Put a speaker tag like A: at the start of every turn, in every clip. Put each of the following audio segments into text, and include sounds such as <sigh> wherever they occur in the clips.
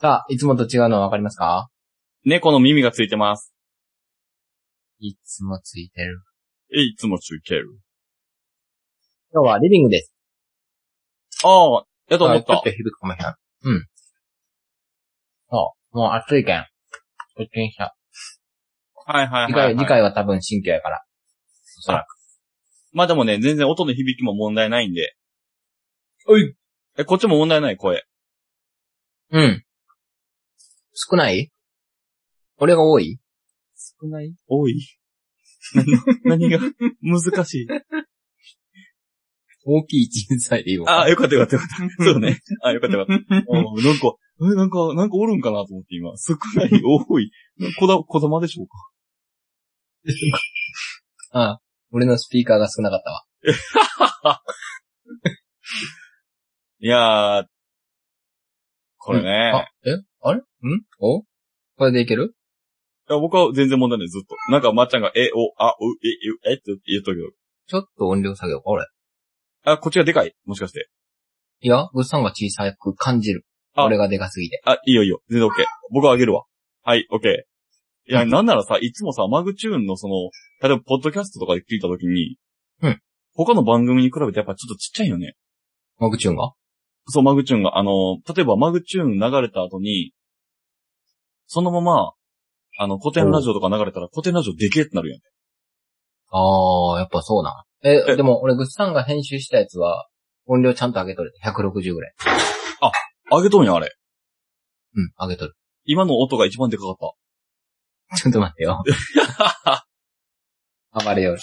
A: さあ、いつもと違うのはわかりますか
B: 猫の耳がついてます。
A: いつもついてる。
B: えいつも中継る。
A: 今日はリビングです。
B: ああ、やと思っ
A: ちょ
B: た
A: っと。響くかもしれない。うん。そう。もう暑いけん。出勤した。
B: はいはい
A: 次回、
B: はい、は
A: 次
B: い。
A: 回は多分新居やから。おそらく。
B: まあでもね、全然音の響きも問題ないんで。
A: おい。
B: え、こっちも問題ない声。
A: うん。少ない俺が多い
B: 少ない多い。 <laughs> 何が <laughs> 難しい。
A: 大きい小さいでいい <laughs> わ。
B: ああ、よかったよかったよかった。そうね。ああ、よかったよか <laughs> った。おーなんか、え、なんか、なんかおるんかなと思って今。少ない、 <laughs> 多い。こだ、こだまでしょうか。
A: あ、俺のスピーカーが少なかったわ。
B: いやー、これね。
A: あ、えあれんおこれでいける
B: いや、僕は全然問題ない、ずっと。なんか、まっちゃんが、え、お、あ、う、え、え、えって言っとるけど。
A: ちょっと音量下げようか、俺。
B: あ、こっちがでかいもしかして。
A: いや、物産が小さく感じる。
B: あ
A: 俺がでかすぎて。
B: あ、いいよいいよ。全然 OK。僕はあげるわ。はい、OK。いや、なんならさ、いつもさ、マグチューンのその、例えば、ポッドキャストとかで聞いたときに、
A: うん。
B: 他の番組に比べてやっぱちょっとちっちゃいよね。
A: マグチューンが
B: そう、マグチューンが、あの、例えばマグチューン流れた後に、そのまま、あの、古典ラジオとか流れたら、古典ラジオでけえってなるやん。
A: あー、やっぱそうな。え、
B: え
A: でも俺、グッサンが編集したやつは、音量ちゃんと上げとる。160ぐらい。
B: あげとんやん、あれ。
A: うん、上げとる。
B: 今の音が一番でかかった。
A: ちょっと待って <laughs> よ。暴れよる。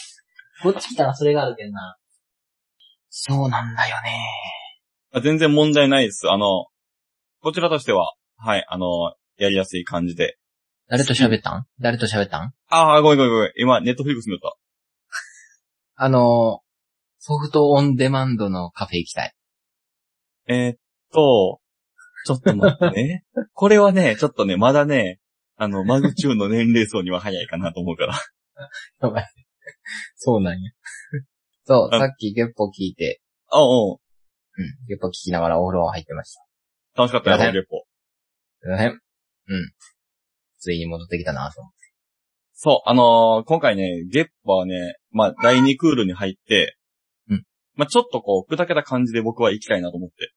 A: こっち来たらそれがあるけんな。そうなんだよね。
B: あ全然問題ないです。あの、こちらとしては、はい、あの、やりやすい感じで。
A: 誰と喋ったん誰と喋ったん
B: ああ、ごめんごめんごめん。今、ネットフリックス見よった。
A: あのー、ソフトオンデマンドのカフェ行きたい。
B: えーっと、ちょっと待って <laughs> ね。これはね、ちょっとね、まだね、あの、マグチューンの年齢層には早いかなと思うから。
A: そうなんや。そう、
B: あ
A: さっきゲッポ聞いて、
B: あ <laughs> おう
A: うん、ゲッポ聞きながらお風呂入ってました。
B: 楽しかったよ、
A: やだね
B: このレポ。
A: すいません。うん。ついに戻ってきたなと思って。
B: そう、あのー今回ね、ゲッパーはね、まあ、第2クールに入って、
A: うん。
B: まあ、ちょっとこう、砕けた感じで僕は行きたいなと思って。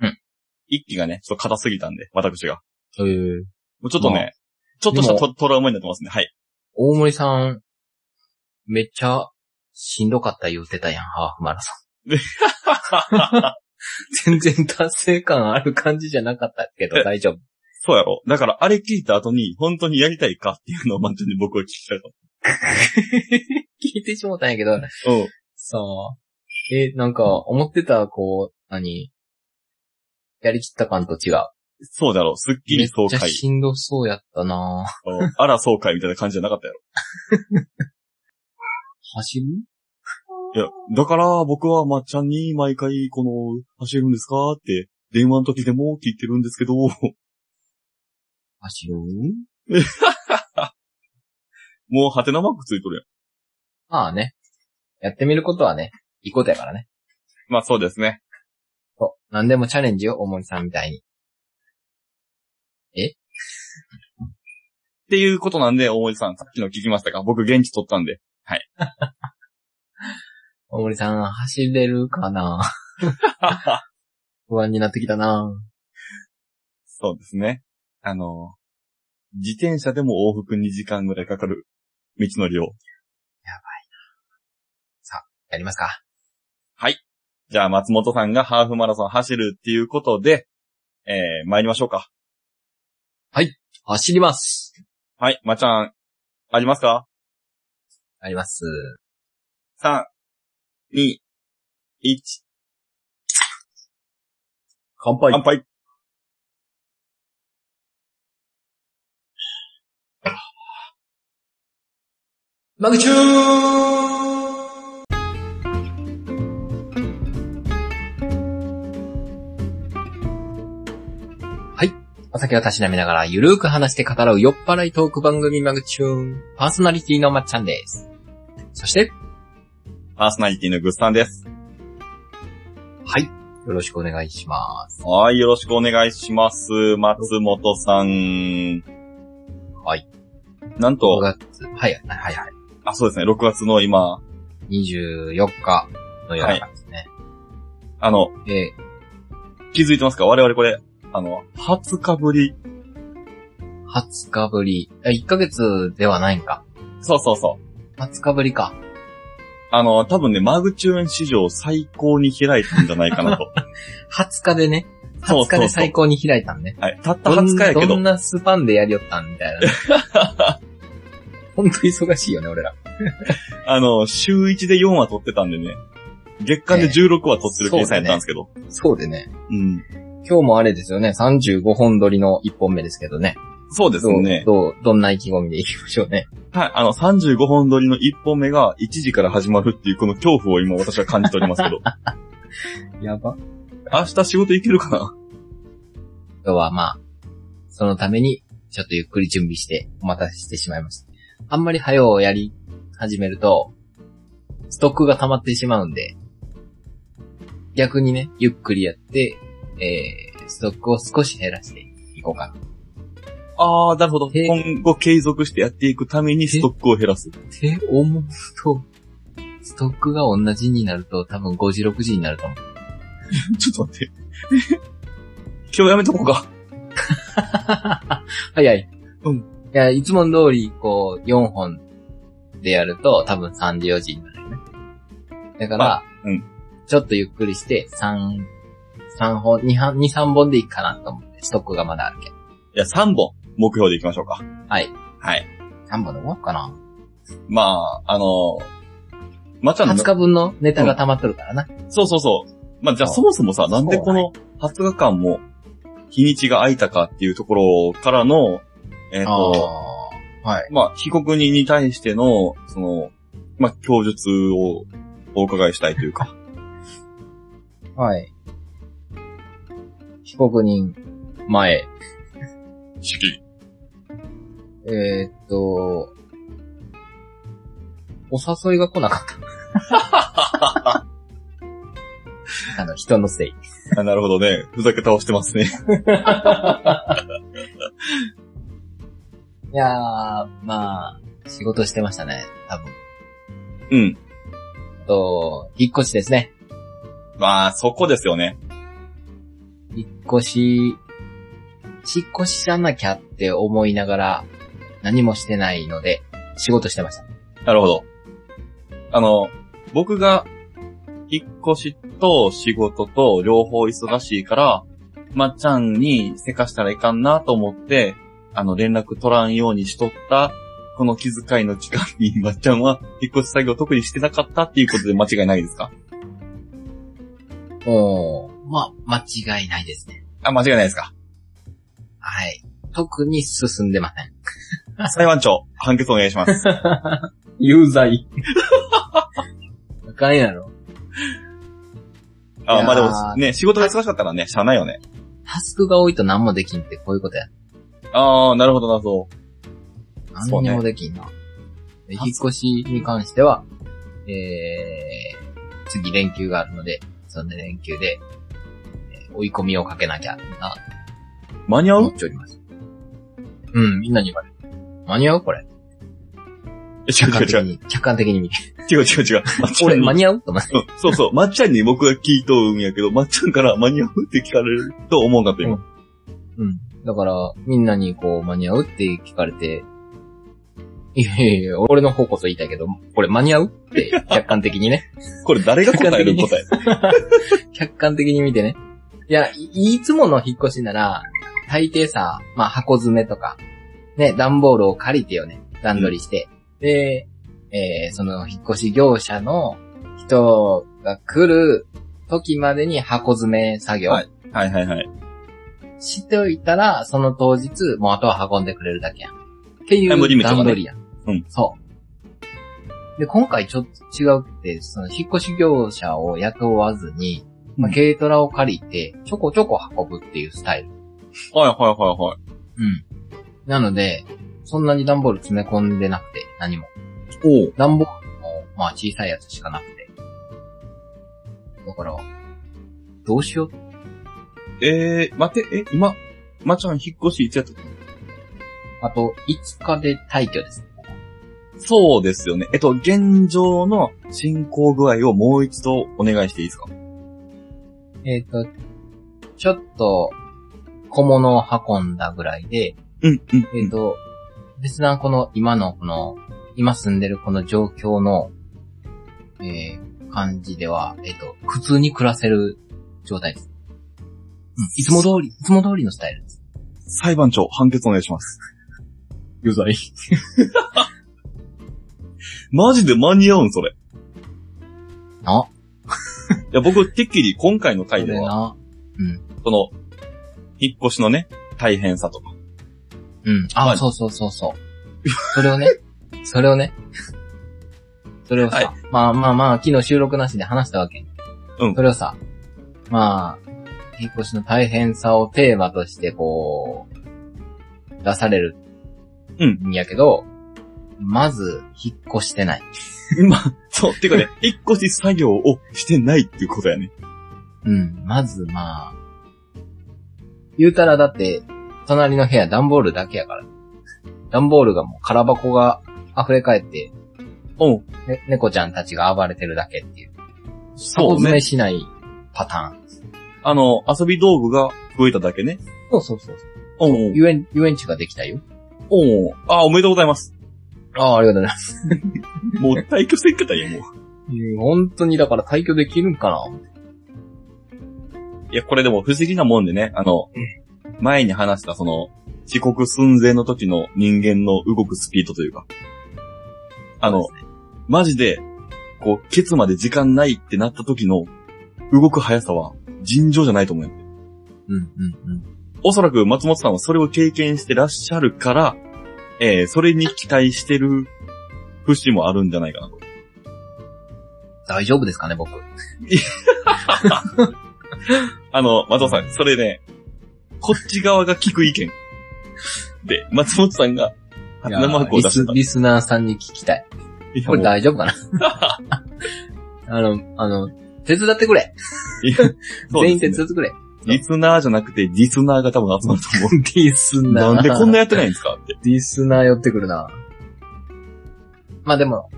A: うん。
B: 一気がね、ちょっと硬すぎたんで、私が。
A: そういう。
B: もうちょっとね、
A: ま
B: ちょっとした
A: で
B: トトラウマになってますね。はい。
A: 大森さん、めっちゃ、しんどかった言うてたやん、ハーフマラソ
B: <laughs>
A: ン。全然達成感ある感じじゃなかったけ
B: <laughs>
A: ど、
B: え
A: 大丈夫。
B: そうやろ。だから、あれ聞いた後に、本当にやりたいかっていうのをまんちゃんに僕は聞きたいと
A: 聞いてしもたんやけど、
B: 思う。うん。
A: そう。え、なんか、思ってた、こう、何やりきった感と違う。
B: そうだろ。すっき
A: め
B: り
A: っ
B: 爽
A: ちゃ
B: 快。
A: しんどそうやったな
B: うんあら爽快みたいな感じじゃなかったや
A: 走る
B: ろ。いや、だから僕はまっちゃんに毎回、この、走るんですかって、電話の時でも聞いてるんですけど、 <laughs>
A: 走る
B: もうハテナマークついとる
A: まあね。やってみることはね、いいことやからね。
B: やん。まあそうですね。
A: そう。何でもチャレンジよ、大森さんみたいに。
B: っていうことなんで、大森さん、さっきの聞きましたか僕現地取ったんで。
A: 大森さん、走れるか <laughs> な不安になってきたな
B: そうですね。あの、自転車でも往復2時間ぐらいかかる道のりを
A: やりますか。
B: じゃあ、松本さんがハーフマラソン走るっていうことで、えー、参りましょうか。
A: 走ります。
B: はい、まっちゃん、ありますか
A: やります。
B: ?3、2、1、
A: 乾杯
B: 乾杯。
A: マグチューはい。お酒をたしなみながらゆるーく話して語らう酔っ払いトーク番組マグチューン。パーソナリティのまっちゃんです。そして、
B: パーソナリティのグッさんです。
A: はい。よろしくお願いします。
B: はい、よろしくお願いします。松本さん。
A: はい。
B: なん
A: 5
B: と、
A: 月、はい、はい、は
B: あ、そうですね、6月の今、
A: い。24日の夜中ですね。
B: あの、
A: え
B: 気づいてますか我々これ、あの、20日ぶり。
A: ー、20日ぶり。あ1ヶ月ではないんか。
B: そうそうそう。
A: 20日ぶりか。
B: あの、多分ね、マグチューン史上最高に開いたんじゃないかなと。
A: 20日でね。
B: そうそうそう
A: 20日で最高に開いたんね。
B: はい。たった20日やけ
A: ど
B: ど
A: ん、なスパンでやりよったんみたいな
B: <laughs>
A: ね。ほんと忙しいよね、俺ら。
B: あの、週1で4話撮ってたんでね。月間で16話撮ってる計算やったんですけど。
A: そうでね。
B: うん。
A: 今日もあれですよね、35本撮りの1本目ですけどね。
B: そうです
A: どう、
B: ね。
A: どう、どんな意気込みでいきましょうね。
B: はい。あの、35本撮りの1本目が1時から始まるっていう、この恐怖を今私は感じておりますけど。 <laughs>
A: やば。
B: 明日仕事行けるかな
A: 今日はまあ、そのために、ちょっとゆっくり準備して、お待たせしてしまいました。あんまり早をやり始めると、ストックが溜まってしまうんで、逆にね、ゆっくりやって、えー、ストックを少し減らしていこうかな。
B: あー、なるほど。
A: へえ
B: <laughs> 今後継続してやっていくためにストックを減らす。 <laughs>
A: って思うと、ストックが同じになると、多分5時、6時になると思う。
B: ちょっと待って。 <laughs> 今日やめとこうか。
A: <laughs> 早い。
B: うん
A: いや、いつもの通り、こう、4本でやると、多分3時、4時になるよね。だから、
B: うん
A: ちょっとゆっくりして、3、三本、2、2、3本でいいかなと思って、ストックがまだあるけど。
B: いや、3本、目標でいきましょうか。
A: はい。
B: はい。
A: 3本で終わっかな。
B: まあ、あの、まっちゃん
A: 20日分のネタが溜まっとるからな。
B: そうそうそう。まあ、じゃあ
A: そう
B: そもそもさ、なんでこの20日間も日にちが空いたかっていうところからの、えっ、と、
A: あー。はい。
B: まあ、被告人に対しての、その、まあ、供述をお伺いしたいというか。
A: はい。被告人、前。
B: 式。
A: えーっと、お誘いが来なか <laughs> った。あの、人のせい。
B: <laughs> あなるほどね。ふざけ倒してますね。
A: いやー、まあ、仕事してましたね、多分。
B: うん。
A: あと、引っ越しですね。
B: まあ、そこですよね。
A: 引っ越し、引っ越しじゃなきゃって思いながら、何もしてないので、仕事してました。
B: なるほど。あの、僕が、引っ越しと仕事と両方忙しいから、まっちゃんにせかしたらいかんなと思って、あの、連絡取らんようにしとった、この気遣いの期間に、 <laughs> まっちゃんは引っ越し作業特にしてなかったっていうことで間違いないですか
A: おー、まあ、間違いないですね。
B: あ、間違いないで
A: <laughs>
B: すか
A: はい。特に進んでません。
B: 裁判長、判決お願いします。
A: 有罪。 <laughs> あかんやろ。い
B: あ、
A: やー
B: まあでも、ね、仕事が忙しかったらね、しゃあないよね。
A: タスクが多いと何もできんってこういうことや。
B: ああ、なるほど、なるほど。
A: 何
B: そうね
A: にもできんな。で
B: タス
A: 引っ越しに関しては、えー、次連休があるので、そんで連休で、えー追い込みをかけなきゃな、
B: 間に合
A: と思
B: う
A: っております。うん、みんなに言われる。間に合うこれ。
B: 違
A: <laughs> 客
B: う
A: 観
B: 違う
A: 的
B: 違う。
A: に、客観的に見て。
B: 違う違う違う。まっち
A: <laughs>
B: ゃん
A: 俺、
B: に
A: 間 <laughs> に合うと思って。
B: うんそうそう。まっちゃんに僕が聞いとうんやけど、まっちゃんから間に合うって聞かれると思うんだと今。
A: うん。だから、みんなにこう、間に合うって聞かれて、いやいやいや、俺の方こそ言いたいけど、これ間に合うって、客観的にね。
B: これ誰が答える答え。
A: <laughs> 客観的に見てね。いや、いいつもの引っ越しなら、大抵さ、まあ箱詰めとか、ね、段ボールを借りてよね、段取りして。で、えーその引っ越し業者の人が来る時までに箱詰め作業
B: はい <laughs> はいはいはい。
A: しておいたら、その当日、もうあとは運んでくれるだけやん。ってい
B: タイムリ
A: う
B: ミットがね
A: 段取りやん。
B: うん
A: そう。で、今回ちょっと違うって、その引っ越し業者を雇わずに、まあ、
B: うん
A: 軽トラを借りて、ちょこちょこ運ぶっていうスタイル。
B: はいはいは
A: うん。なので、そんなに段ボール詰め込んでなくて、何も。
B: いはい。おう。
A: 段ボールも、まあ小さいやつしかなくて。だから、どうしよう。
B: えー、待って、え、今、まっちゃん引っ越しいつやったっけ
A: あと、5日で退去です。
B: そうですよね。えっと、現状の進行具合をもう一度お願いしていいですか
A: えっ、と、ちょっと、小物を運んだぐらいで、
B: うん、うん、
A: えっ、と、別なこの今のこの、今住んでるこの状況の、えー、感じでは、えっ、と、苦痛に暮らせる状態です。うん、いつも通り、いつも通りのスタイルです。
B: 裁判長、判決お願いします。有罪。マジで間に合うん、それ。 <laughs>
A: ない
B: や、僕、てっきり今回の回
A: そ
B: で
A: れ
B: は、
A: な。
B: その、引っ越しのね、大変さとか。
A: うん。あ、
B: はい
A: そうそうそうそう。それをね、 <laughs> それをね、それをさ、
B: はい
A: まあまあまあ、昨日収録なしで話したわけ。
B: うん
A: それをさ、まあ、引っ越しの大変さをテーマとして、こう、出される。。
B: うん
A: やけど、まず、引っ越してない。
B: 今、そう、てか <laughs> ね、引っ越し作業をしてないっていうことやね。
A: うん。まず、まあ、言うたらだって、隣の部屋段ボールだけやから。段ボールがもう空箱が溢れ返って、
B: うん。
A: ね、猫ちゃんたちが暴れてるだけっていう。
B: そ
A: 箱
B: う
A: 詰
B: ね
A: め。しないパターン。
B: あの、遊び道具が増えただけね。
A: そうそうそう
B: うんうん。
A: 遊園、遊園地ができたよ。
B: うんうん。あ、おめでとうござい <laughs> ます。
A: ああ、ありがとうございます。
B: もう退去せんかったんや、もう。
A: うん本当にだから退去できるんかない
B: や、これでも不思議なもんでね、あの、前に話したその、遅刻寸前の時の人間の動くスピードというか。あの、
A: そう
B: マジで、こう、ケツまで時間ないってなった時の、動く速さは尋常じゃないと思うよ。
A: うんうんうん。
B: おそらく松本さんはそれを経験してらっしゃるから、えー、それに期待してる節もあるんじゃないかなと。
A: 大丈夫ですかね、僕。
B: あの、松本さん、それね、こっち側が聞く意見。 <laughs> で、松本さんが、生マークを
A: リ
B: 出
A: ス
B: し、た。
A: リスナーさんに聞きたい。
B: いや
A: これ
B: もう
A: 大丈夫かな <laughs> あの、あの、手伝ってくれ。
B: いや <laughs> そうですね
A: 全員手伝ってくれ。
B: リスナーじゃなくて、リスナーが多分集まると思
A: リス
B: う。
A: ナー。
B: なんでこんなやってないんですかって。
A: リスナー寄ってくるな。まあでも、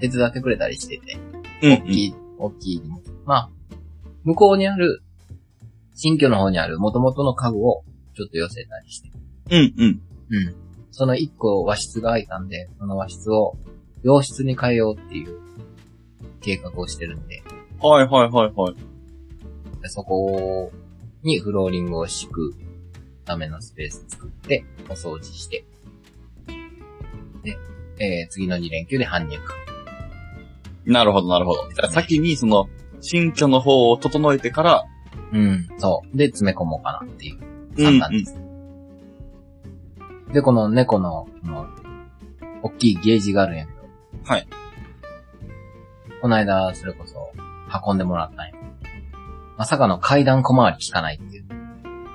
A: 手伝ってくれたりしてて。
B: うん、う
A: 大きい、大きい荷物。まあ、向こうにある、新居の方にある元々の家具をちょっと寄せたりして。
B: ん、
A: う
B: うん。
A: ん。その一個和室が空いたんで、その和室を洋室に変えようっていう計画をしてるんで、
B: はい、はい、はい、はい。
A: そこにフローリングを敷くためのスペース作って、お掃除して。で、えー、次の2連休で搬入か。
B: なるほど、なるほど。だから先に、その、新居の方を整えてから、
A: うん、そう。で、詰め込もうかなっていう。
B: うん
A: 簡単です。で、この猫の、この、大きいゲージがあるんやけど。
B: はい。
A: この間、それこそ、運んでもらったんや。まさかの階段小回り効かないっていう。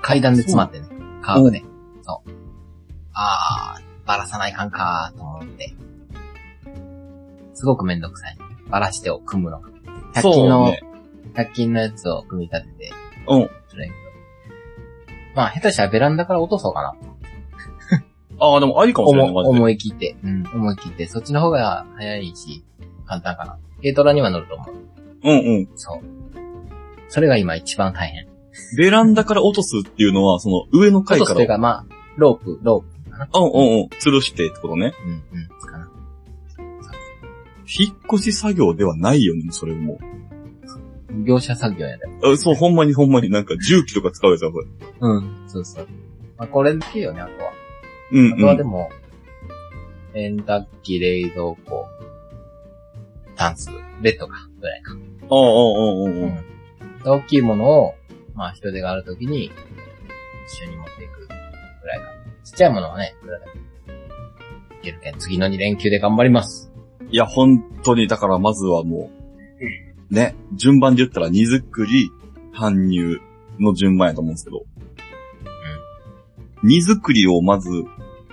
A: 階段で詰まってね、カーブで。そう。あー、ばらさないかんかーと思って。すごくめんどくさい。ばらしてを組むのが。100
B: そう
A: 均の、
B: ね。
A: 100均のやつを組み立てて、
B: うん。
A: それまあ、下手したらベランダから落とそうかな。
B: ああ、でもありかもしれない、
A: 思
B: マジで。
A: 思い切って。うん、思い切って。そっちの方が早いし、簡単かな。軽トラには乗ると思う。
B: うんうん。
A: そう。それが今一番大変。
B: ベランダから落とすっていうのは、その、上の
A: 落
B: 階
A: と
B: か
A: すという
B: ら、
A: か、まあ、ロープ、ロープ。
B: うんうんうん、吊るしてってことね。
A: うん、うん、かな。
B: 引っ越し作業ではないよね、それも
A: 業者作業やで。
B: う。あそう、ほんまにほんまになんか重機とか使うやつだ、これ。
A: うん、そうそう。まあ、これだけよね、あとは。
B: うん
A: あ
B: う
A: とはで
B: ん。
A: も、洗濯機、冷蔵庫、タンス、ベッドか、ぐらいか。
B: ああ、うんうんうんうん。
A: うん。大きいものを、まあ人手があるときに、一緒に持っていくぐらいかな。ちっちゃいものはね、ぐらいだけどいけるけん、次の2連休で頑張ります。
B: いや、本当に、だからまずはもう、ね、順番で言ったら荷造り、搬入の順番やと思うんですけど。荷造りをまず、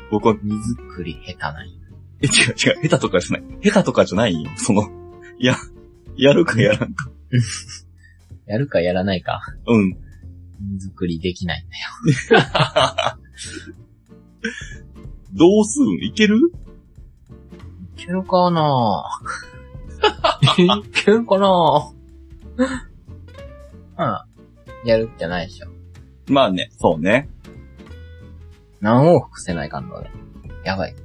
B: 僕は、
A: 荷造り下手ない。
B: え、違う違う、下手とかじゃない。下手とかじゃないよ、その、いや、やるかやらんか。
A: やるかやらないか、
B: うん。
A: 荷造りできない。
B: どうすんいける
A: いけるかな <laughs> いけるかなうん。やるっきゃないでしょ。
B: まあね、そうね。
A: 何往復せないかんのね。やばい。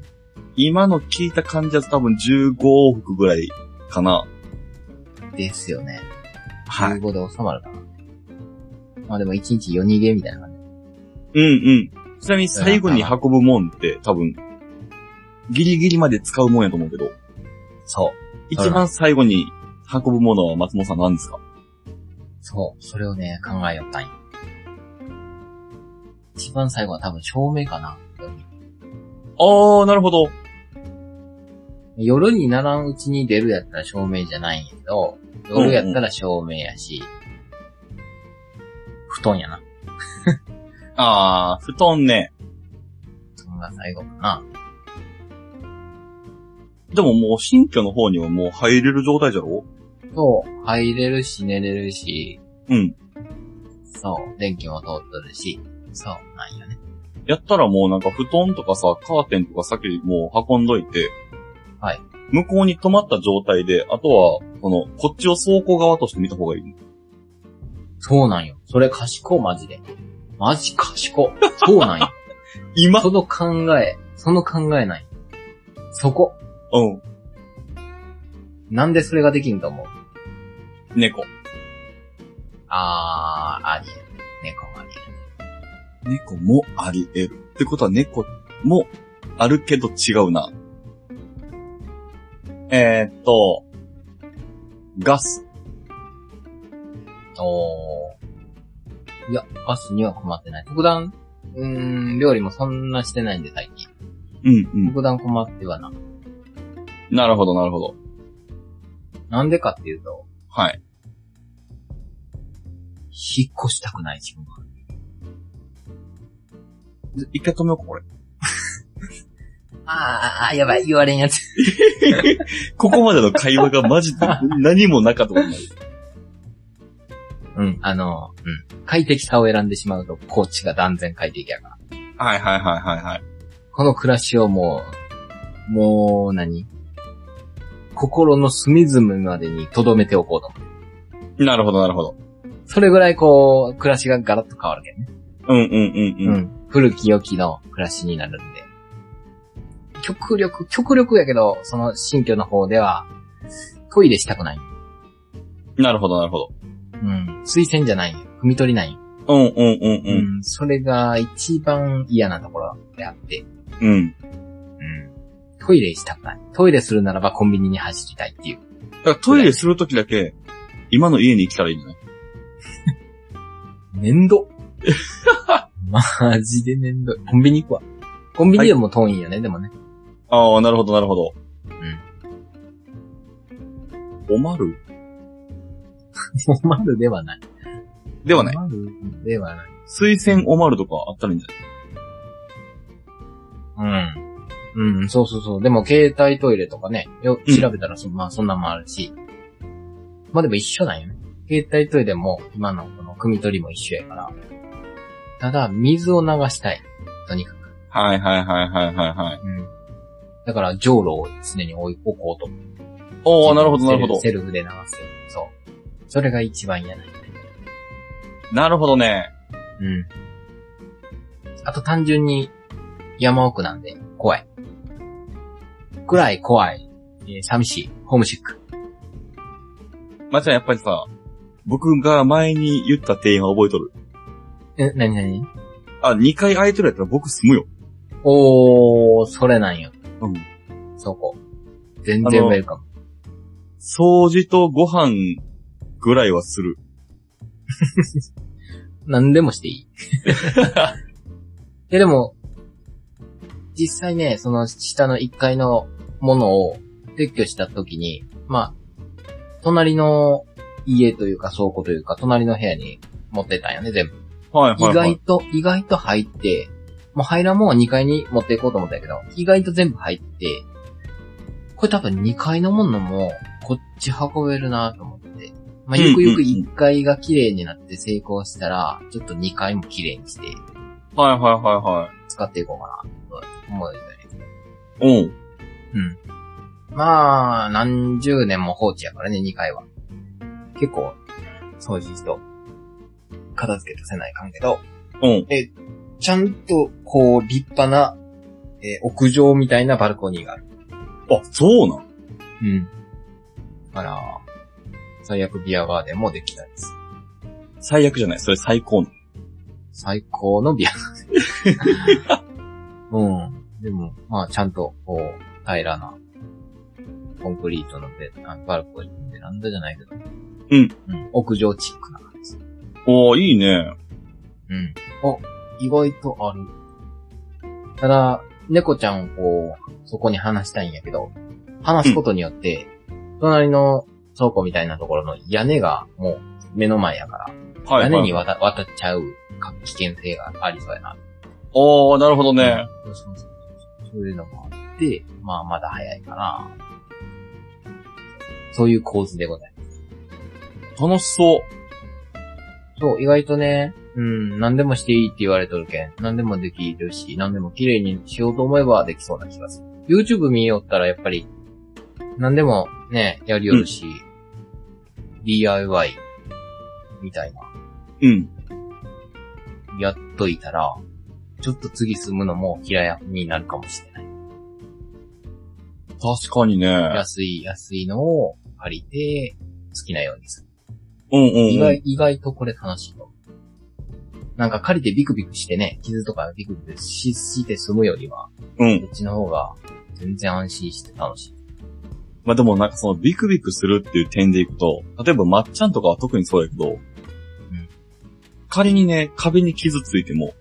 B: 今の聞いた感じだと多分15往復ぐらいかな。
A: ですよね。
B: はい。
A: 15で収まるかな。まあでも1日夜逃げみたいな感じ。
B: うんうん。ちなみに最後に運ぶもんって多分、ギリギリまで使うもんやと思うけど、
A: そう。
B: 一番最後に運ぶものは松本さん何ですか
A: そう。それをね、考えよったんよ。一番最後は多分照明かな。
B: あー、なるほど。
A: 夜にならんうちに出るやったら照明じゃないんやけど、夜やったら照明やし、布団やな。
B: あー、布団ね。
A: 布団が最後かな。
B: でももう新居の方にはもう入れる状態じゃろ
A: そう、入れるし、寝れるし、
B: うん。
A: そう、電気も通っとるし、そう、なんよね。
B: やったらもうなんか布団とかさ、カーテンとか先にもう運んどいて、
A: はい。
B: 向こうに止まった状態で、あとは、この、こっちを走行側として見た方がいい。
A: そうなんよ。それ賢い、マジで。マジ賢い。そうなん
B: <laughs>
A: よ。
B: 今
A: その考え、その考えない。そこ。
B: うん。
A: なんでそれができんと思う
B: 猫。
A: あー、ありえる。猫もありえる。
B: 猫もあり得る。ってことは猫もあるけど違うな。えー、っと、ガス。
A: おー。いや、ガスには困ってない。特段、うーん、料理もそんなしてないんで、最近。
B: うんうん。
A: 特段困ってはな。
B: なるほど、なるほど。
A: なんでかっていうと、
B: はい。
A: 引っ越したくない自分が。
B: じ一回止めようか、これ。
A: あーあー、やばい、言われんやつ。
B: ここまでの会話がマジで何もなかったことになる。
A: うん、あの、うん。快適さを選んでしまうと、コーチが断然快適やから。
B: はいはいはいはいはい。
A: この暮らしをもう、もう何、心の隅々までに留めておこうと思う。
B: なるほど、なるほど。
A: それぐらいこう、暮らしがガラッと変わるけどね。
B: うんうんうんうん。
A: ん。古き良きの暮らしになるんで。極力、極力やけど、その新居の方では、トイレしたくない。
B: なるほど、なるほど。
A: うん。推薦じゃないよ。踏み取りないよ。
B: うんうんうん
A: う
B: うん。
A: ん。それが一番嫌なところであって。
B: うん。
A: うん。トイレしたくない。トイレするならばコンビニに走りたいっていう。
B: だからトイレするときだけ、今の家に来たらいいんじゃない
A: 面倒。 <laughs> マジで面倒。コンビニ行くわ。コンビニでも遠いんよね、でもね。 <laughs>
B: ああ、なるほど、なるほど。おまる
A: おまるではない。
B: ではない。
A: おまるではない。
B: 推薦おまるとかあったらいいんじゃない
A: うん。うん、そうそうそう。でも携帯トイレとかね、よ、
B: うん
A: 調べたらそ、まあそんなんもあるし。まあでも一緒なんよね。携帯トイレも今のこの汲み取りも一緒やから。ただ、水を流したい。とにかく。
B: はいはいはいはいはいはい。
A: うん。だから、じょうろを常に置い置こうと思って
B: おー、なるほどなるほど。
A: セルフで流す。そう。それが一番嫌ない。
B: なるほどね。
A: うん。あと単純に山奥なんで怖い。暗い怖い、えー寂しい、ホームシック。
B: まあ、ちゃんやっぱりさ、僕が前に言った店員は覚えとる。
A: え、なになに
B: あ、2回空いてるやったら僕住むよ。
A: おー、それなんよ。
B: うん。
A: そこ。全然ウェルカム。
B: 掃除とご飯ぐらいはする。
A: 何でもしてい
B: <laughs>
A: い。いやでも、実際ね、その下の1階のものを撤去した時に、まあ、隣の家というか倉庫というか、隣の部屋に持ってたんよね、全部。
B: はい
A: 意
B: はいはい。
A: 外と、意外と入って、もう入らんもんは2階に持っていこうと思ったんやけど、意外と全部入って、これ多分2階のものも、こっち運べるなと思って、まあ、ゆくゆく1階が綺麗になって成功したら、ちょっと2階も綺麗にして
B: はいはいは
A: 使っていこうかな、と思うよね。
B: いはい。うん。
A: うん。まあ、何十年も放置やからね、2階は。結構、掃除と、片付けとせないかんけど、
B: うん。
A: ちゃんと、こう、立派な、えー屋上みたいなバルコニーがある。
B: あ、そうなん
A: うん。だから、最悪ビアガーデンもできたんです。
B: 最悪じゃない。それ最高の。
A: 最高のビアガーデン。うん。でも、まあ、ちゃんと、こう、平らな、コンクリートのベあバルコニー、ベランダじゃないけど。
B: うん。
A: うん。屋上チックな感じです。
B: おー、いいね。
A: うん。お、意外とある。ただ、猫ちゃんをこう、そこに話したいんやけど、話すことによって、隣の倉庫みたいなところの屋根がもう目の前やから、
B: はい、はい。
A: 屋根に渡渡っちゃうか危険性がありそうやな。
B: おー、なるほどね。
A: そうそうそうそういうのもあって、まあまだ早いかな。そういう構図でございます
B: 楽しそう。
A: そう、意外とね、うん、何でもしていいって言われとるけん。何でもできるし、何でも綺麗にしようと思えばできそうな気がする。YouTube 見よったらやっぱり、何でもね、やりよるし、DIY みたいな、
B: うん。
A: やっといたら、ちょっと次住むのも嫌いになるかもしれない。
B: 確かにね。
A: 安い、安いのを借りて、好きなようにする。
B: うんうん
A: 意
B: うん。
A: 外、意外とこれ楽しいと。なんか借りてビクビクしてね、傷とかビクビクしして済むよりは、
B: うん。
A: こっちの方が全然安心して楽しい。
B: まあ、でもなんかそのビクビクするっていう点でいくと、例えばまっちゃんとかは特にそうやけど、
A: ん
B: 仮にね、壁に傷ついても、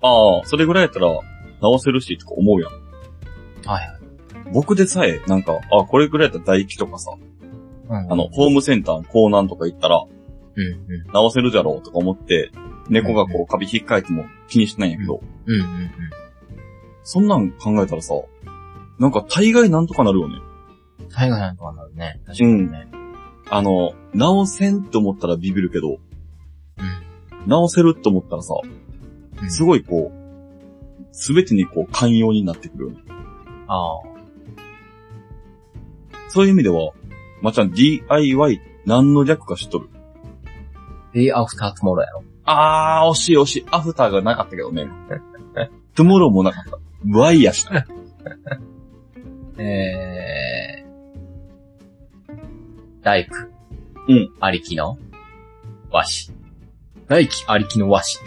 B: ああ、それぐらいやったら直せるしとか思うやん。
A: はいはい。
B: 僕でさえ、なんか、あこれぐらいやったら大気とかさ、
A: うん
B: あの、ホームセンターのコーナーとか行ったら、
A: うんう
B: 直せるじゃろうとか思って、猫がこうカビ引っかいても気にしないんやけど、
A: ん。うんうん
B: そんなん考えたらさ、なんか大概なんとかなるよね。
A: うん。海外なんとかなるね。確かにね。
B: あの、直せんと思ったらビビるけど、
A: う
B: 直せると思ったらさ、
A: うん
B: すごいこう、すべてにこう寛容になってくるよね。
A: ああ。
B: そういう意味では、まっちゃん DIY 何の略か知っとる
A: で、アフタートモローやろ。
B: あー、惜しい惜しい。アフターがなかったけどね。 <laughs> トゥモローもなかった。ワイヤ <laughs> した。
A: えー、大工。
B: うん。
A: ありきの和紙。大工ありきの和紙。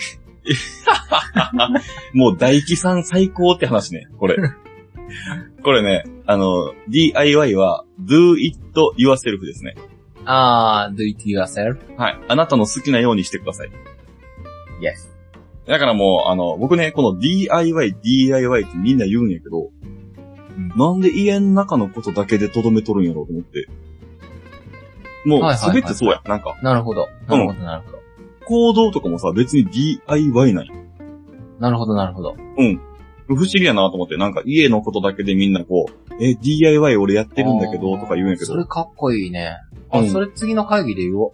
B: もう大吉さん最高って話ね、これ。 <laughs> これね、あの、DIY は do it yourself ですね。
A: ああ、do it yourself?
B: はい。あなたの好きなようにしてください。
A: Yes.
B: だからもう、あの、僕ね、この DIY、DIY ってみんな言うんやけ
A: ん
B: ど、なんで家の中のことだけでとどめとるんやろうと思って。も、
A: はいうはい
B: す
A: はい
B: べてそうや。なんか、
A: なるほど。なるほど、なるほど。
B: 行動とかもさ、別に DIY なんや。
A: なるほど、なるほど。
B: 不思議やなと思って、なんか家のことだけでみんなこう、え、DIY 俺やってるんだけど、とか言うんやけ
A: そ
B: ど。
A: れかっこいいね。あ、
B: うん
A: それ次の会議で言おう。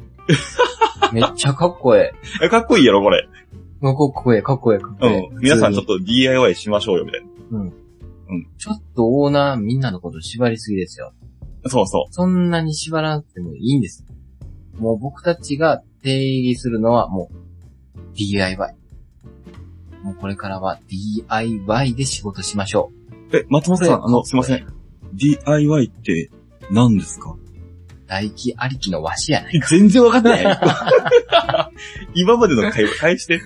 A: めっちゃかっこええ。
B: え、かっこいいやろ、これ。
A: もうかっこええ、かっこええ、かっこ
B: う
A: ええ。
B: ん。皆さんちょっ
A: と。
B: と DIY しましょうよ、みたい
A: ちょっとオーナーみんなのこと縛りすぎですよ。
B: な。そうそ
A: そんなに縛らなくてもいいんです。もう僕たちが定義するのはもう DIY。もうこれからは DIY で仕事しましょう。
B: う。え、松本さん、あの、すいません。DIY って何ですか
A: 大気ありきの和紙やない。
B: 全然わかってない。 <laughs> 今までの会話返して。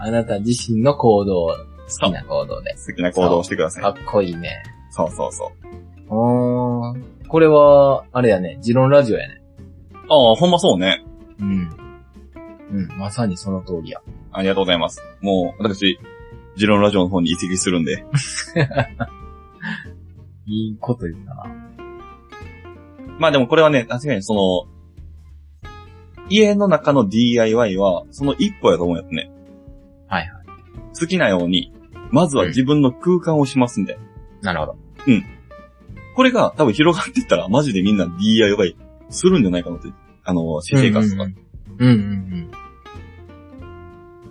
A: あなた自身の行動、好
B: さ
A: きな行動で。
B: 好きな行動をしてくださ
A: か
B: い。
A: っこいいね。
B: そうそうそ
A: う
B: う。
A: ーん。これは、あれやね、ジロンラジオやね。
B: ああ、ほんまそうね。
A: うん。うん、まさにその通りや。
B: ありがとうございます。もう、私、ジロンラジオの方に移籍するんで。
A: いいこと言ったな。
B: まあでもこれはね、確かにその、家の中の DIY は、その一歩やと思うんやつね。
A: はい
B: はい。好きなように、まずは自分の空間をしますんで。
A: なるほど。
B: これが多分広がっていったら、マジでみんな DIY するんじゃないかなって。あの、私生活とか。
A: うんうんうん。うんうんうん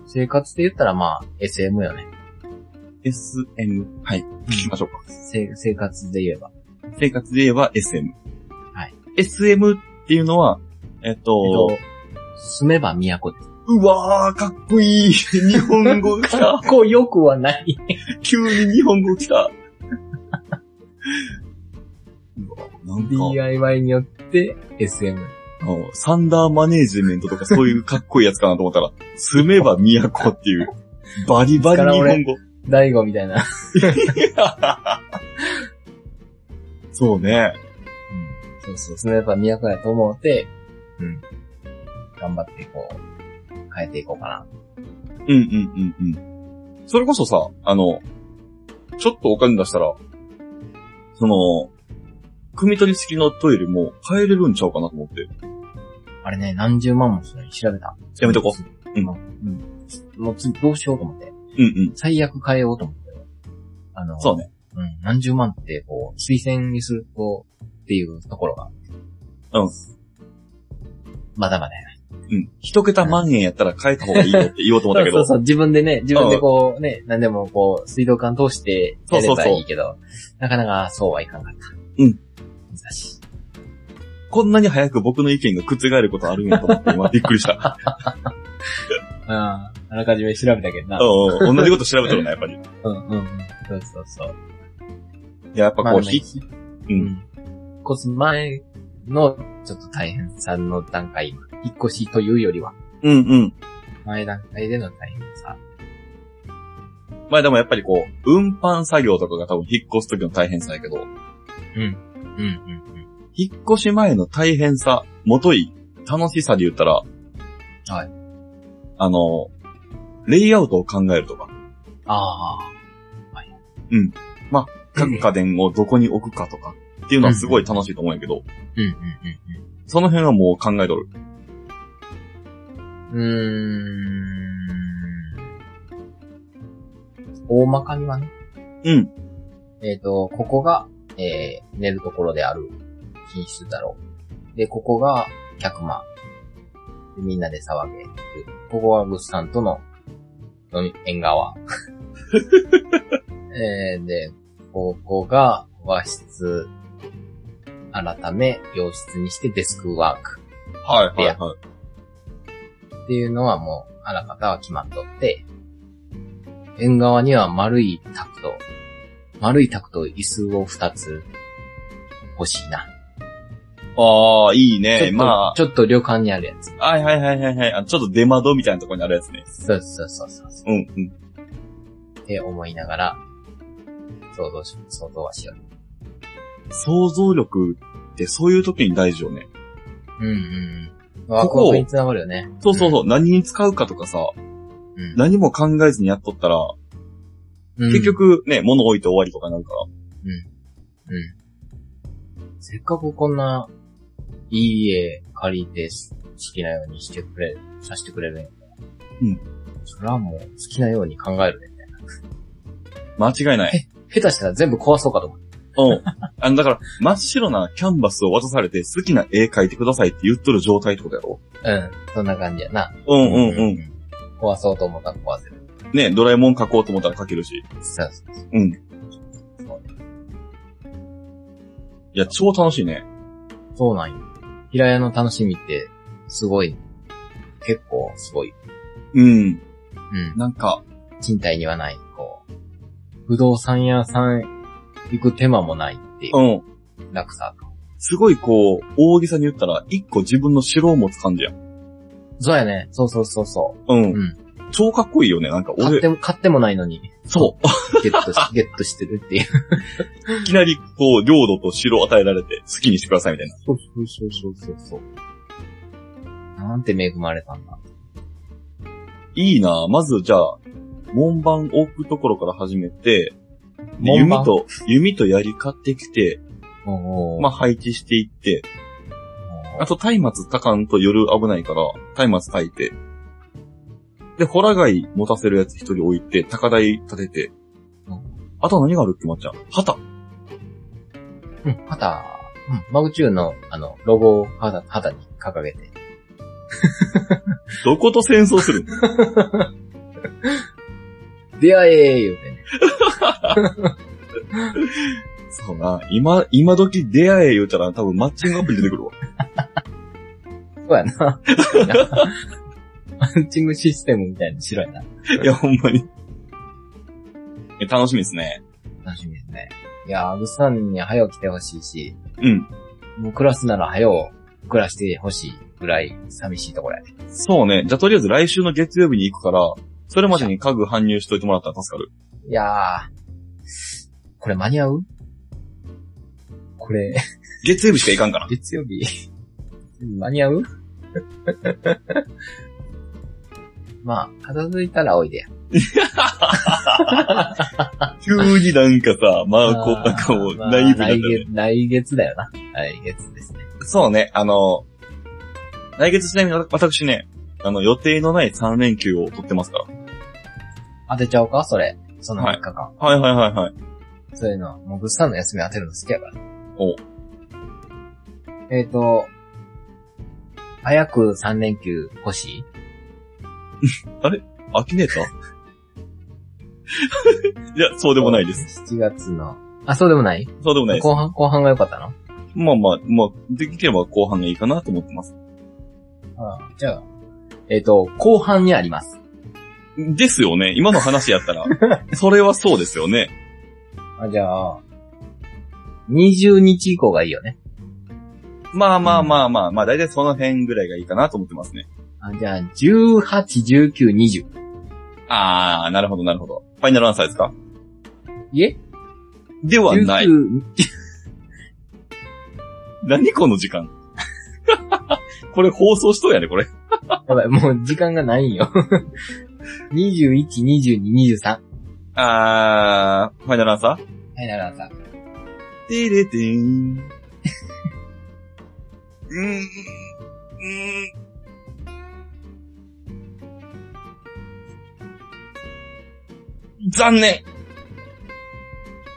A: 生活で言ったらまあ、SM よね。
B: SM。はい。聞きましょうか。
A: せ生活で言えば。
B: 生活で言えば SM。
A: はい。
B: SM っていうのは、えっ
A: えっ
B: と、
A: と、住めば都です。
B: うわー、かっこいい。日本語来た。
A: こうよくは
B: <laughs>
A: ない。
B: 急に日本語来た。うわなんか、
A: DIY によって SM。
B: あのサンダーマネージメントとかそういうかっこいいやつかなと思った <laughs> ら、住めば都っていう、バリバリ日本語。
A: 大悟みたいな。
B: そうね。
A: そうそう、住めば都やと思うて、うん。頑張ってこう、変えていこうかな。
B: うんうんうんうん。それこそさ、あの、ちょっとお金出したら、その、組み取り式のトイレも変えれるんちゃうかなと思って。
A: あれね、何十万もするのに調べた。
B: やめとこう
A: うんん。うん。もう次どうしようと思って。
B: うんうん。
A: 最悪変えようと思って。あの、
B: そうね。
A: うん、何十万って、こう、推薦にすると、っていうところが。
B: うん。
A: まだまだ。
B: うん。一桁万円やったら変えた方がいいよって言おうと思ったけ <laughs>
A: そ
B: ど
A: う。そうそう、自分でね、自分でこうね、何でもこう、水道管通してやればいいけど、なかなかそうはいかんかった。
B: うん。
A: 難しい。
B: こんなに早く僕の意見が覆ることあるんやと思って、今びっくりした。
A: <laughs> ああ、あらかじめ調べたけどな。
B: うんうん。同じこと調べとるな、やっぱり。い
A: うんうんうん。そうそうそう。
B: や、やっぱ
A: まあ
B: こう、
A: でも
B: ひ、う。
A: うんん。引っ越す前の、ちょっと大変さの段階、引っ越しというよりは、
B: うんうん。
A: 前段階での大変さ。
B: まあでもやっぱりこう、運搬作業とかが多分引っ越す時の大変さやけど、
A: うんうん
B: 引っ越し前の大変さ、もとい、楽しさで言ったら、
A: はい。
B: あの、レイアウトを考えるとか、
A: うん。ああ。
B: 各家電をどこに置くかとか、っていうのはすごい楽しいと思うんやけど、
A: うんうん
B: その辺はもう考えとる。
A: うんうん。うーん。大まかにはね、
B: うん。
A: えっ、と、ここが、えー、寝るところである品質だろう。で、ここが客間。でみんなで騒げる。ここは物産との飲み、縁側。 <laughs> えー、で、ここが和室。改め、洋室にしてデスクワーク。
B: はいはいはい。
A: っていうのはもう、あらかたは決まっとって、縁側には丸いタクト、丸いタクト椅子を二つ欲しいな。
B: ああ、いいね。
A: ちょっと
B: ま
A: ちょっと旅館にあるやつ。
B: あ、はいはいはいはいはいあ。ちょっと出窓みたいなところにあるやつね。
A: そうそうそうそう。
B: うんうん。
A: って思いながら、想像し、想像はしよ
B: 想像力ってそういう時に大事よね。
A: う。うんうん。ワクワクにつながるよね。
B: そうそうそう。何に使うかとかさ、
A: うん。
B: 何も考えずにやっとったら、
A: うん
B: 結、局ね、物置いて終わりとかなんか、
A: うん。せっかくこんな、いい家借りて好きなようにしてくれ、させてくれるんやから。
B: うん。
A: それはもう好きなように考えるね。
B: 間違いない。
A: 下手したら全部壊そうかと思う。
B: うん。 <laughs> あの、だから、真っ白なキャンバスを渡されて好きな絵描いてくださいって言っとる状態ってことやろ
A: うん。そんな感じやな。
B: う
A: う
B: んうんうん。。
A: 壊そうと思ったら壊せる。
B: ね、ドラえもん描こうと思ったら描けるし。
A: そうそうそう。
B: うん。いや、超楽しいね。
A: そうなんよ。平屋の楽しみって、すごい。結構すごい。
B: うん。
A: うん。
B: なんか、。
A: 賃貸にはない、こう。不動産屋さん行く手間もないっていううん楽さ。
B: すごいこう、大げさに言ったら、一個自分の城を持つ感じや。
A: そうやね。そうそうそうそうう。
B: ん。
A: うん。
B: 超かっこいいよね。なんか
A: 買っ
B: 俺、
A: ても、買ってもないのに、
B: そ
A: ゲット <laughs> し、ゲットしてるっていう。
B: う。いきなりこう、領土と城を与えられて、好きにしてくださいみたいな。
A: そうそうそうそうそうそう。なんて恵まれたんだ。
B: いいなまずじゃあ、門番置くところから始めて、で
A: 門番
B: 弓と、弓と槍買ってきて、
A: おー
B: まあ、配置していって、あと、松明炊かんと夜危ないから、松明炊いて、で、ホラ貝持たせるやつ一人置いて、高台立てて
A: うん、
B: あとは何があるっけ、まっちゃん。旗。
A: うん、また、うん。マグチューンの、あの、ロゴを肌肌に掲げて。
B: どこと戦争するの
A: 出会えー言うてね。
B: そうな。今、今時出会え言うたら多分マッチングアプリ出てくるわ。
A: そうや <laughs> な。マッチングシステムみたいなの白いな。
B: <laughs> いや、ほんまに。え楽しみですね。
A: 楽しみですね。いやー、アグさんに早う来てほしいし、
B: うん。
A: もう暮らすなら早う暮らしてほしいぐらい寂しいところやね。
B: そうね。じゃあとりあえず来週の月曜日に行くから、それまでに家具搬入しといてもらったら助かる。
A: いやー、これ間に合うこれ、
B: 月曜日しか行かん <laughs> から。
A: 月曜日、 <laughs> 間に合う <laughs> まあ、片付いたらおいでや。
B: 急になんかさ、まあ、こう、
A: あー
B: なんかもう、
A: まあ
B: ナイーブになった
A: 来
B: ね。
A: 月、来月だよな。来月ですね。
B: そうね、あの、来月ちなみに私ね、あの、予定のない3連休を取ってますから。
A: 当てちゃおうかそれ。その3日間。
B: はいはいはいはい。
A: そういうの。もうグッサンの休み当てるの好きやから。
B: お
A: えっ、と、早く3連休欲しい
B: アキネーター <laughs> いや、そうでもないです。。
A: 7月の。あ、そうでもない
B: そうでもないです。
A: 後半、後半が良かったの
B: まあまあ、まあ、できれば後半がいいかなと思ってます。
A: ああじゃあ、えっ、と、後半にあります。
B: ですよね。今の話やったら。それはそうですよね。
A: あじゃあ、20日以降がいいよね。
B: まあまあまあまあ、まあ大体その辺ぐらいがいいかなと思ってますね。
A: あじゃあ、18、19、20。
B: あー、なるほどなるほど。ファイナルアンサーですか
A: いえ
B: ではない。
A: 19
B: 何この時間 <laughs> これ放送しとうやね、これ。
A: やばい、もう時間がないんよ。21、22、23。
B: あー、ファイナルアンサー
A: はい、なるほどさ。
B: てれてーん。うーん、うーん。残念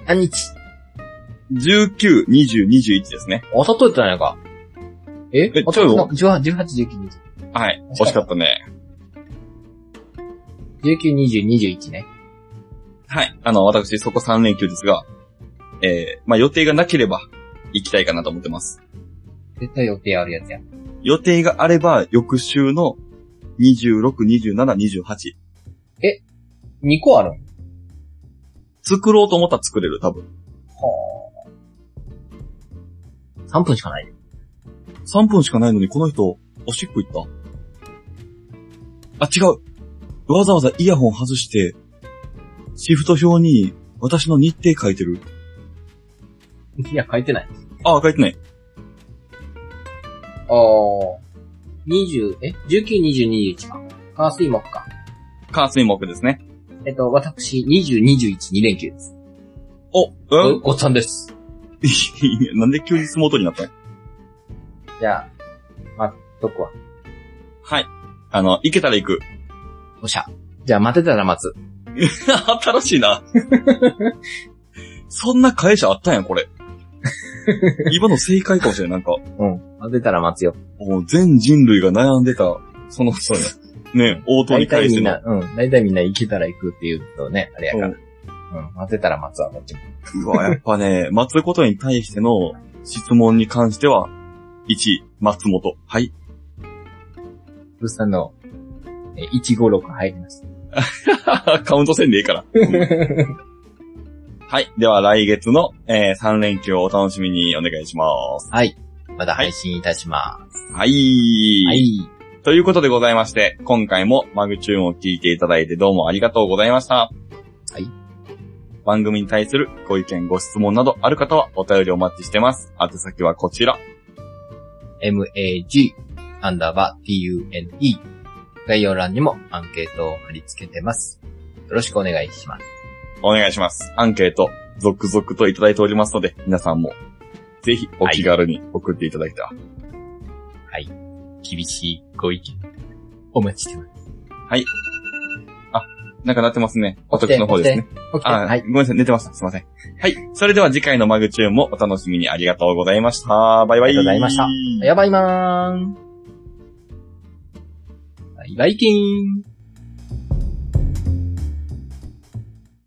A: 何日
B: !19、20、21ですね。
A: あさといってないのか。え
B: え
A: あ
B: ちょいよ
A: ?18、18、19、
B: はい。 <laughs> 惜しかったね。
A: 20。19、20、21ね。
B: はい。あの、私、そこ3連休ですが、えー、まあ、予定がなければ、行きたいかなと思ってます。
A: 絶対予定あるやつや。
B: 予定があれば、翌週の26、27、28。
A: 2個あるん
B: 作ろうと思ったら作れる、多分。
A: はぁ。3分しかない。
B: 3分しかないのにこの人、おしっこ行ったあ、違うわざわざイヤホン外して、シフト表に私の日程書いてる。
A: いや、書いてない。
B: あ、書いてない。
A: あー。20、え ?19、20、21か。あー、水木か。
B: 関水木ですね。
A: えっと、私、20、21、2連休です。
B: お、うん
A: ごっさんです。
B: なんで急に相撲取りになったの
A: じゃあ、待っとくわ。
B: はい。あの、行けたら行く。
A: おっしゃ。じゃあ、待てたら待つ。
B: <laughs> 新しいな。 <laughs> そんな会社あったんや、こ <laughs> れ。今の正解かもしれない。なんか、
A: うん。待てたら待つよ。
B: もう全人類が悩んでた、その、そうね、応答に
A: 大
B: 対
A: 体み
B: して
A: ん
B: の
A: な、うん。大体みんな行けたら行くっていうとね、あれやから。うん。待てたら待つわ、こっちも。
B: うわ、やっぱ <laughs> ね、待つことに対しての質問に関しては、1、松本。はい。
A: ブッサンの、えー、156入りました。
B: <laughs> カウントせんでいいから。はい。では来月の、え3連休をお楽しみにお願いします。
A: <laughs> はい。また配信いたしま
B: はい。
A: す。はい。
B: ということでございまして、今回もマグチューンを聞いていただいてどうもありがとうございました。
A: はい。
B: 番組に対するご意見、ご質問などある方はお便りお待ちしてます。宛先はこちら。
A: mag、アンダーバー、tune。概要欄にもアンケートを貼り付けてます。よろしくお願いします。
B: お願いします。アンケート、続々といただいておりますので、皆さんも、ぜひお気軽に送っていただきたい。はい、
A: 厳しいご意見、お待ちしてます。
B: なんかなってますね。
A: 起きて
B: 私の方ですね。
A: 起きて。
B: あ、
A: はい。
B: ごめんなさい、寝てました。すいません。はい。それでは次回のマグチューンもお楽しみにありがとうございました。バイバイ。
A: ありがとうございましたやばいまーん。バイバイキーン。